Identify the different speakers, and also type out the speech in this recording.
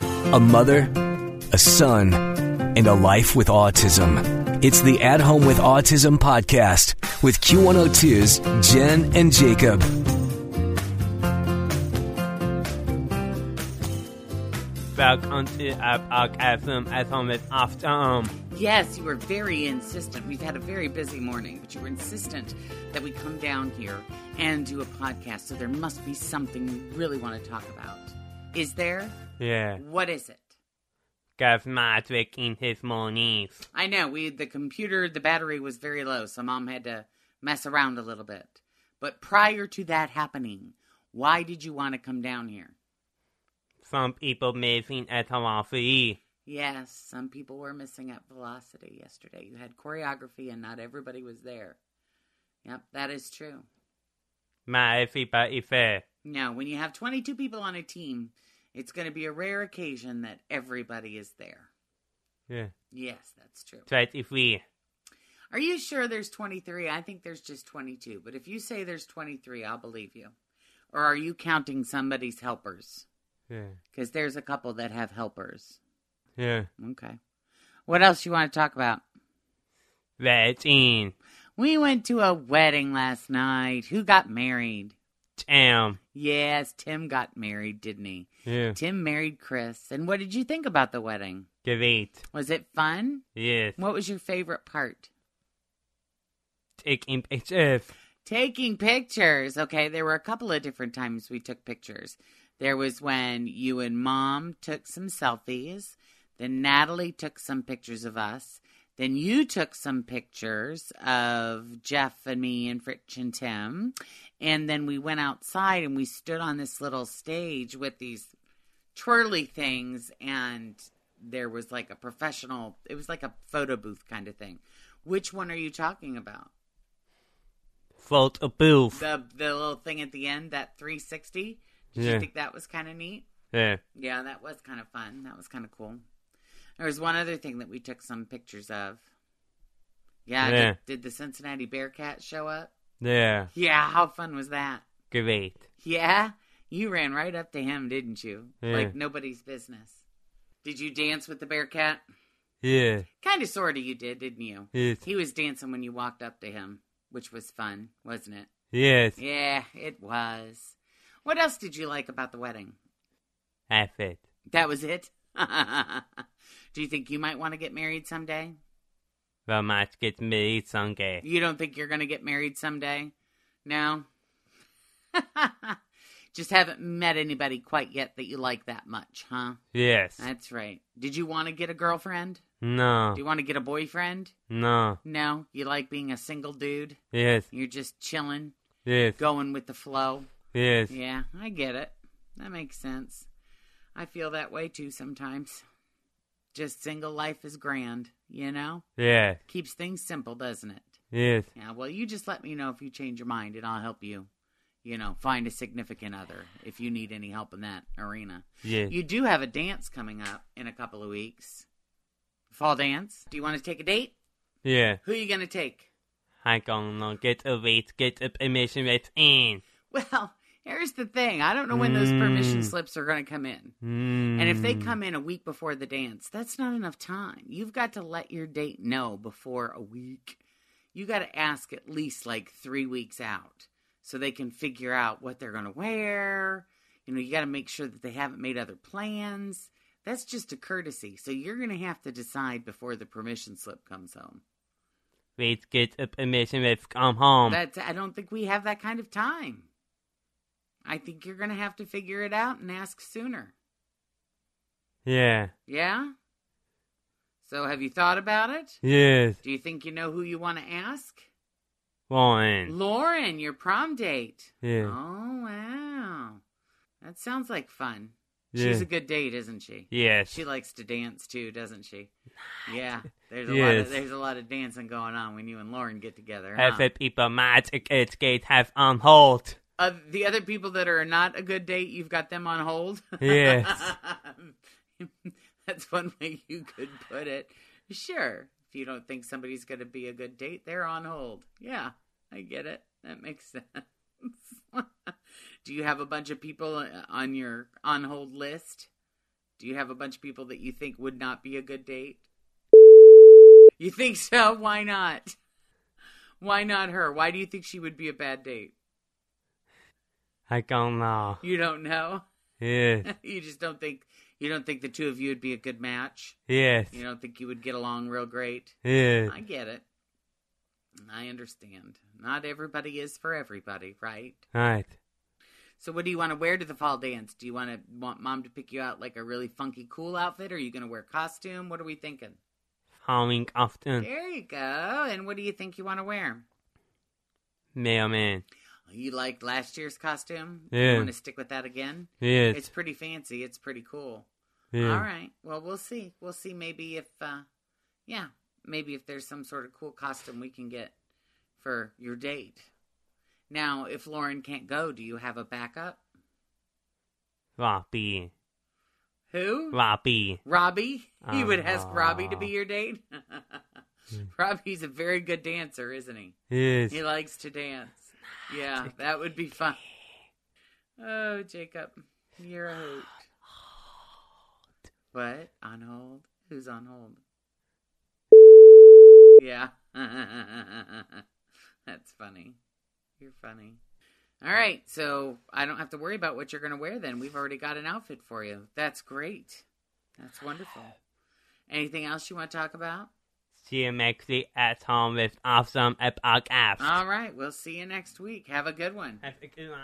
Speaker 1: a mother, a son, and a life with autism. It's the At Home with Autism podcast with Q102's Jen and Jacob.
Speaker 2: Welcome to our podcast at home with autism.
Speaker 3: Yes, you were very insistent. We've had a very busy morning, but you were insistent that we come down here and do a podcast. So there must be something you really want to talk about. Is there?
Speaker 2: Yeah,
Speaker 3: What is it?
Speaker 2: Gav Madwick in his mornings.
Speaker 3: I know we the computer the battery was very low, so mom had to mess around a little bit. But prior to that happening, why did you want to come down here?
Speaker 2: Some people missing at velocity.
Speaker 3: Yes, some people were missing at velocity yesterday. You had choreography and not everybody was there. Yep, that is true.
Speaker 2: Not everybody fair.
Speaker 3: No, when you have 22 people on a team, it's going to be a rare occasion that everybody is there.
Speaker 2: Yeah,
Speaker 3: Yes, that's true.
Speaker 2: 23.
Speaker 3: Are you sure there's 23? I think there's just 22, but if you say there's 23, I'll believe you. Or are you counting somebody's helpers?
Speaker 2: Yeah,
Speaker 3: Because there's a couple that have helpers.
Speaker 2: yeah.
Speaker 3: Okay. What else you want to talk about?
Speaker 2: Red in.
Speaker 3: We went to a wedding last night. Who got married?
Speaker 2: Damn.
Speaker 3: Yes, Tim got married, didn't he?
Speaker 2: Yeah,
Speaker 3: Tim married Chris. And what did you think about the wedding?
Speaker 2: great.
Speaker 3: Was it fun?
Speaker 2: Yes,
Speaker 3: What was your favorite part?
Speaker 2: taking pictures.
Speaker 3: Taking pictures. Okay, there were a couple of different times we took pictures. There was when you and mom took some selfies, then Natalie took some pictures of us, then you took some pictures of Jeff and me and Fritch and Tim, and then we went outside and we stood on this little stage with these twirly things and there was like a professional it was like a photo booth kind of thing. Which one are you talking about?
Speaker 2: Photo booth.
Speaker 3: the the little thing at the end that 360 did
Speaker 2: Yeah.
Speaker 3: you think that was kind of neat
Speaker 2: Yeah,
Speaker 3: yeah that was kind of fun that was kind of cool there was one other thing that we took some pictures of yeah,
Speaker 2: Yeah.
Speaker 3: Did, did the cincinnati bearcat show up
Speaker 2: yeah,
Speaker 3: yeah how fun was that
Speaker 2: great.
Speaker 3: yeah you ran right up to him didn't you
Speaker 2: Yeah.
Speaker 3: like nobody's business did you dance with the bearcat
Speaker 2: Yeah,
Speaker 3: kind of sort of you did didn't you
Speaker 2: yes,
Speaker 3: he was dancing when you walked up to him which was fun wasn't it
Speaker 2: yes.
Speaker 3: yeah, it was. What else did you like about the wedding?
Speaker 2: That's it.
Speaker 3: That was it? Do you think you might want to get married someday?
Speaker 2: The match gets married Sunday.
Speaker 3: You don't think you're going to get married someday? No? Just haven't met anybody quite yet that you like that much, huh?
Speaker 2: Yes.
Speaker 3: That's right. Did you want to get a girlfriend?
Speaker 2: No.
Speaker 3: Do you want to get a boyfriend?
Speaker 2: No.
Speaker 3: No? You like being a single dude?
Speaker 2: Yes.
Speaker 3: You're just chilling,
Speaker 2: Yes.
Speaker 3: going with the flow?
Speaker 2: Yes.
Speaker 3: Yeah, I get it. That makes sense. I feel that way too sometimes. Just single life is grand, you know?
Speaker 2: Yeah.
Speaker 3: Keeps things simple, doesn't it?
Speaker 2: Yes.
Speaker 3: Yeah, well, you just let me know if you change your mind and I'll help you, you know, find a significant other if you need any help in that arena.
Speaker 2: Yes.
Speaker 3: You do have a dance coming up in a couple of weeks. Fall dance. Do you want to take a date?
Speaker 2: Yeah.
Speaker 3: Who are you going to take?
Speaker 2: I don't know. Get a rate. Get a permission rate in.
Speaker 3: Well, here's the thing I don't know when those permission
Speaker 2: Mm.
Speaker 3: slips are going to come in.
Speaker 2: Mm.
Speaker 3: And if they come in a week before the dance, that's not enough time. You've got to let your date know before a week. You got to ask at least like three weeks out so they can figure out what they're going to wear. You know, you got to make sure that they haven't made other plans. That's just a courtesy. So you're going to have to decide before the permission slip comes home.
Speaker 2: Wait, get a permission rate. Come home.
Speaker 3: That's, I don't think we have that kind of time. I think you're going to have to figure it out and ask sooner.
Speaker 2: Yeah.
Speaker 3: Yeah? So have you thought about it?
Speaker 2: Yes.
Speaker 3: Do you think you know who you want to ask?
Speaker 2: One.
Speaker 3: Lauren, your prom date.
Speaker 2: Yeah.
Speaker 3: Oh, wow. That sounds like fun.
Speaker 2: Yeah.
Speaker 3: She's a good date, isn't she?
Speaker 2: Yes.
Speaker 3: She likes to dance too, doesn't she? Yeah. There's a lot
Speaker 2: Yes.
Speaker 3: of there's a lot of dancing going on when you and Lauren get together. huh?
Speaker 2: Have the people magic it's gate have on hold.
Speaker 3: Uh, the other people that are not a good date, you've got them on hold.
Speaker 2: Yes.
Speaker 3: That's one way you could put it. Sure. If you don't think somebody's going to be a good date, they're on hold. Yeah, I get it. That makes sense. uh, Do you have a bunch of people on your on hold list? Do you have a bunch of people that you think would not be a good date? You think so? Why not? Why not her? Why do you think she would be a bad date?
Speaker 2: I don't know.
Speaker 3: You don't know.
Speaker 2: Yes,
Speaker 3: you just don't think you don't think the two of you would be a good match.
Speaker 2: yes,
Speaker 3: You don't think you would get along real great.
Speaker 2: yes.
Speaker 3: I get it. I understand. Not everybody is for everybody, right?
Speaker 2: Right.
Speaker 3: So what do you want to wear to the fall dance? Do you want to want mom to pick you out like a really funky cool outfit or are you going to wear costume? What are we thinking?
Speaker 2: Howling often.
Speaker 3: There you go. And what do you think you want to wear?
Speaker 2: Mailman.
Speaker 3: You liked last year's costume? You
Speaker 2: Yeah.
Speaker 3: want to stick with that again? It's
Speaker 2: Yes.
Speaker 3: pretty fancy. It's pretty cool.
Speaker 2: yes.
Speaker 3: All right. Well, we'll see. We'll see. Maybe if, uh, yeah, maybe if there's some sort of cool costume we can get for your date. Now, if Lauren can't go, do you have a backup?
Speaker 2: Robbie.
Speaker 3: Who?
Speaker 2: Robbie.
Speaker 3: Robbie? You would ask
Speaker 2: Uh-huh.
Speaker 3: Robbie to be your date? Robbie's a very good dancer, isn't he?
Speaker 2: Yes.
Speaker 3: He likes to dance. Yeah, that would be fun. Oh, Jacob, you're a hoot. What? On hold? Who's on hold? Yeah. That's funny. You're funny. All right, so I don't have to worry about what you're going to wear then. We've already got an outfit for you. That's great. That's wonderful. Anything else you want to talk about?
Speaker 2: CMXD at home with awesome epoch apps.
Speaker 3: All right, we'll see you next week. Have a good one.
Speaker 2: Have a good one.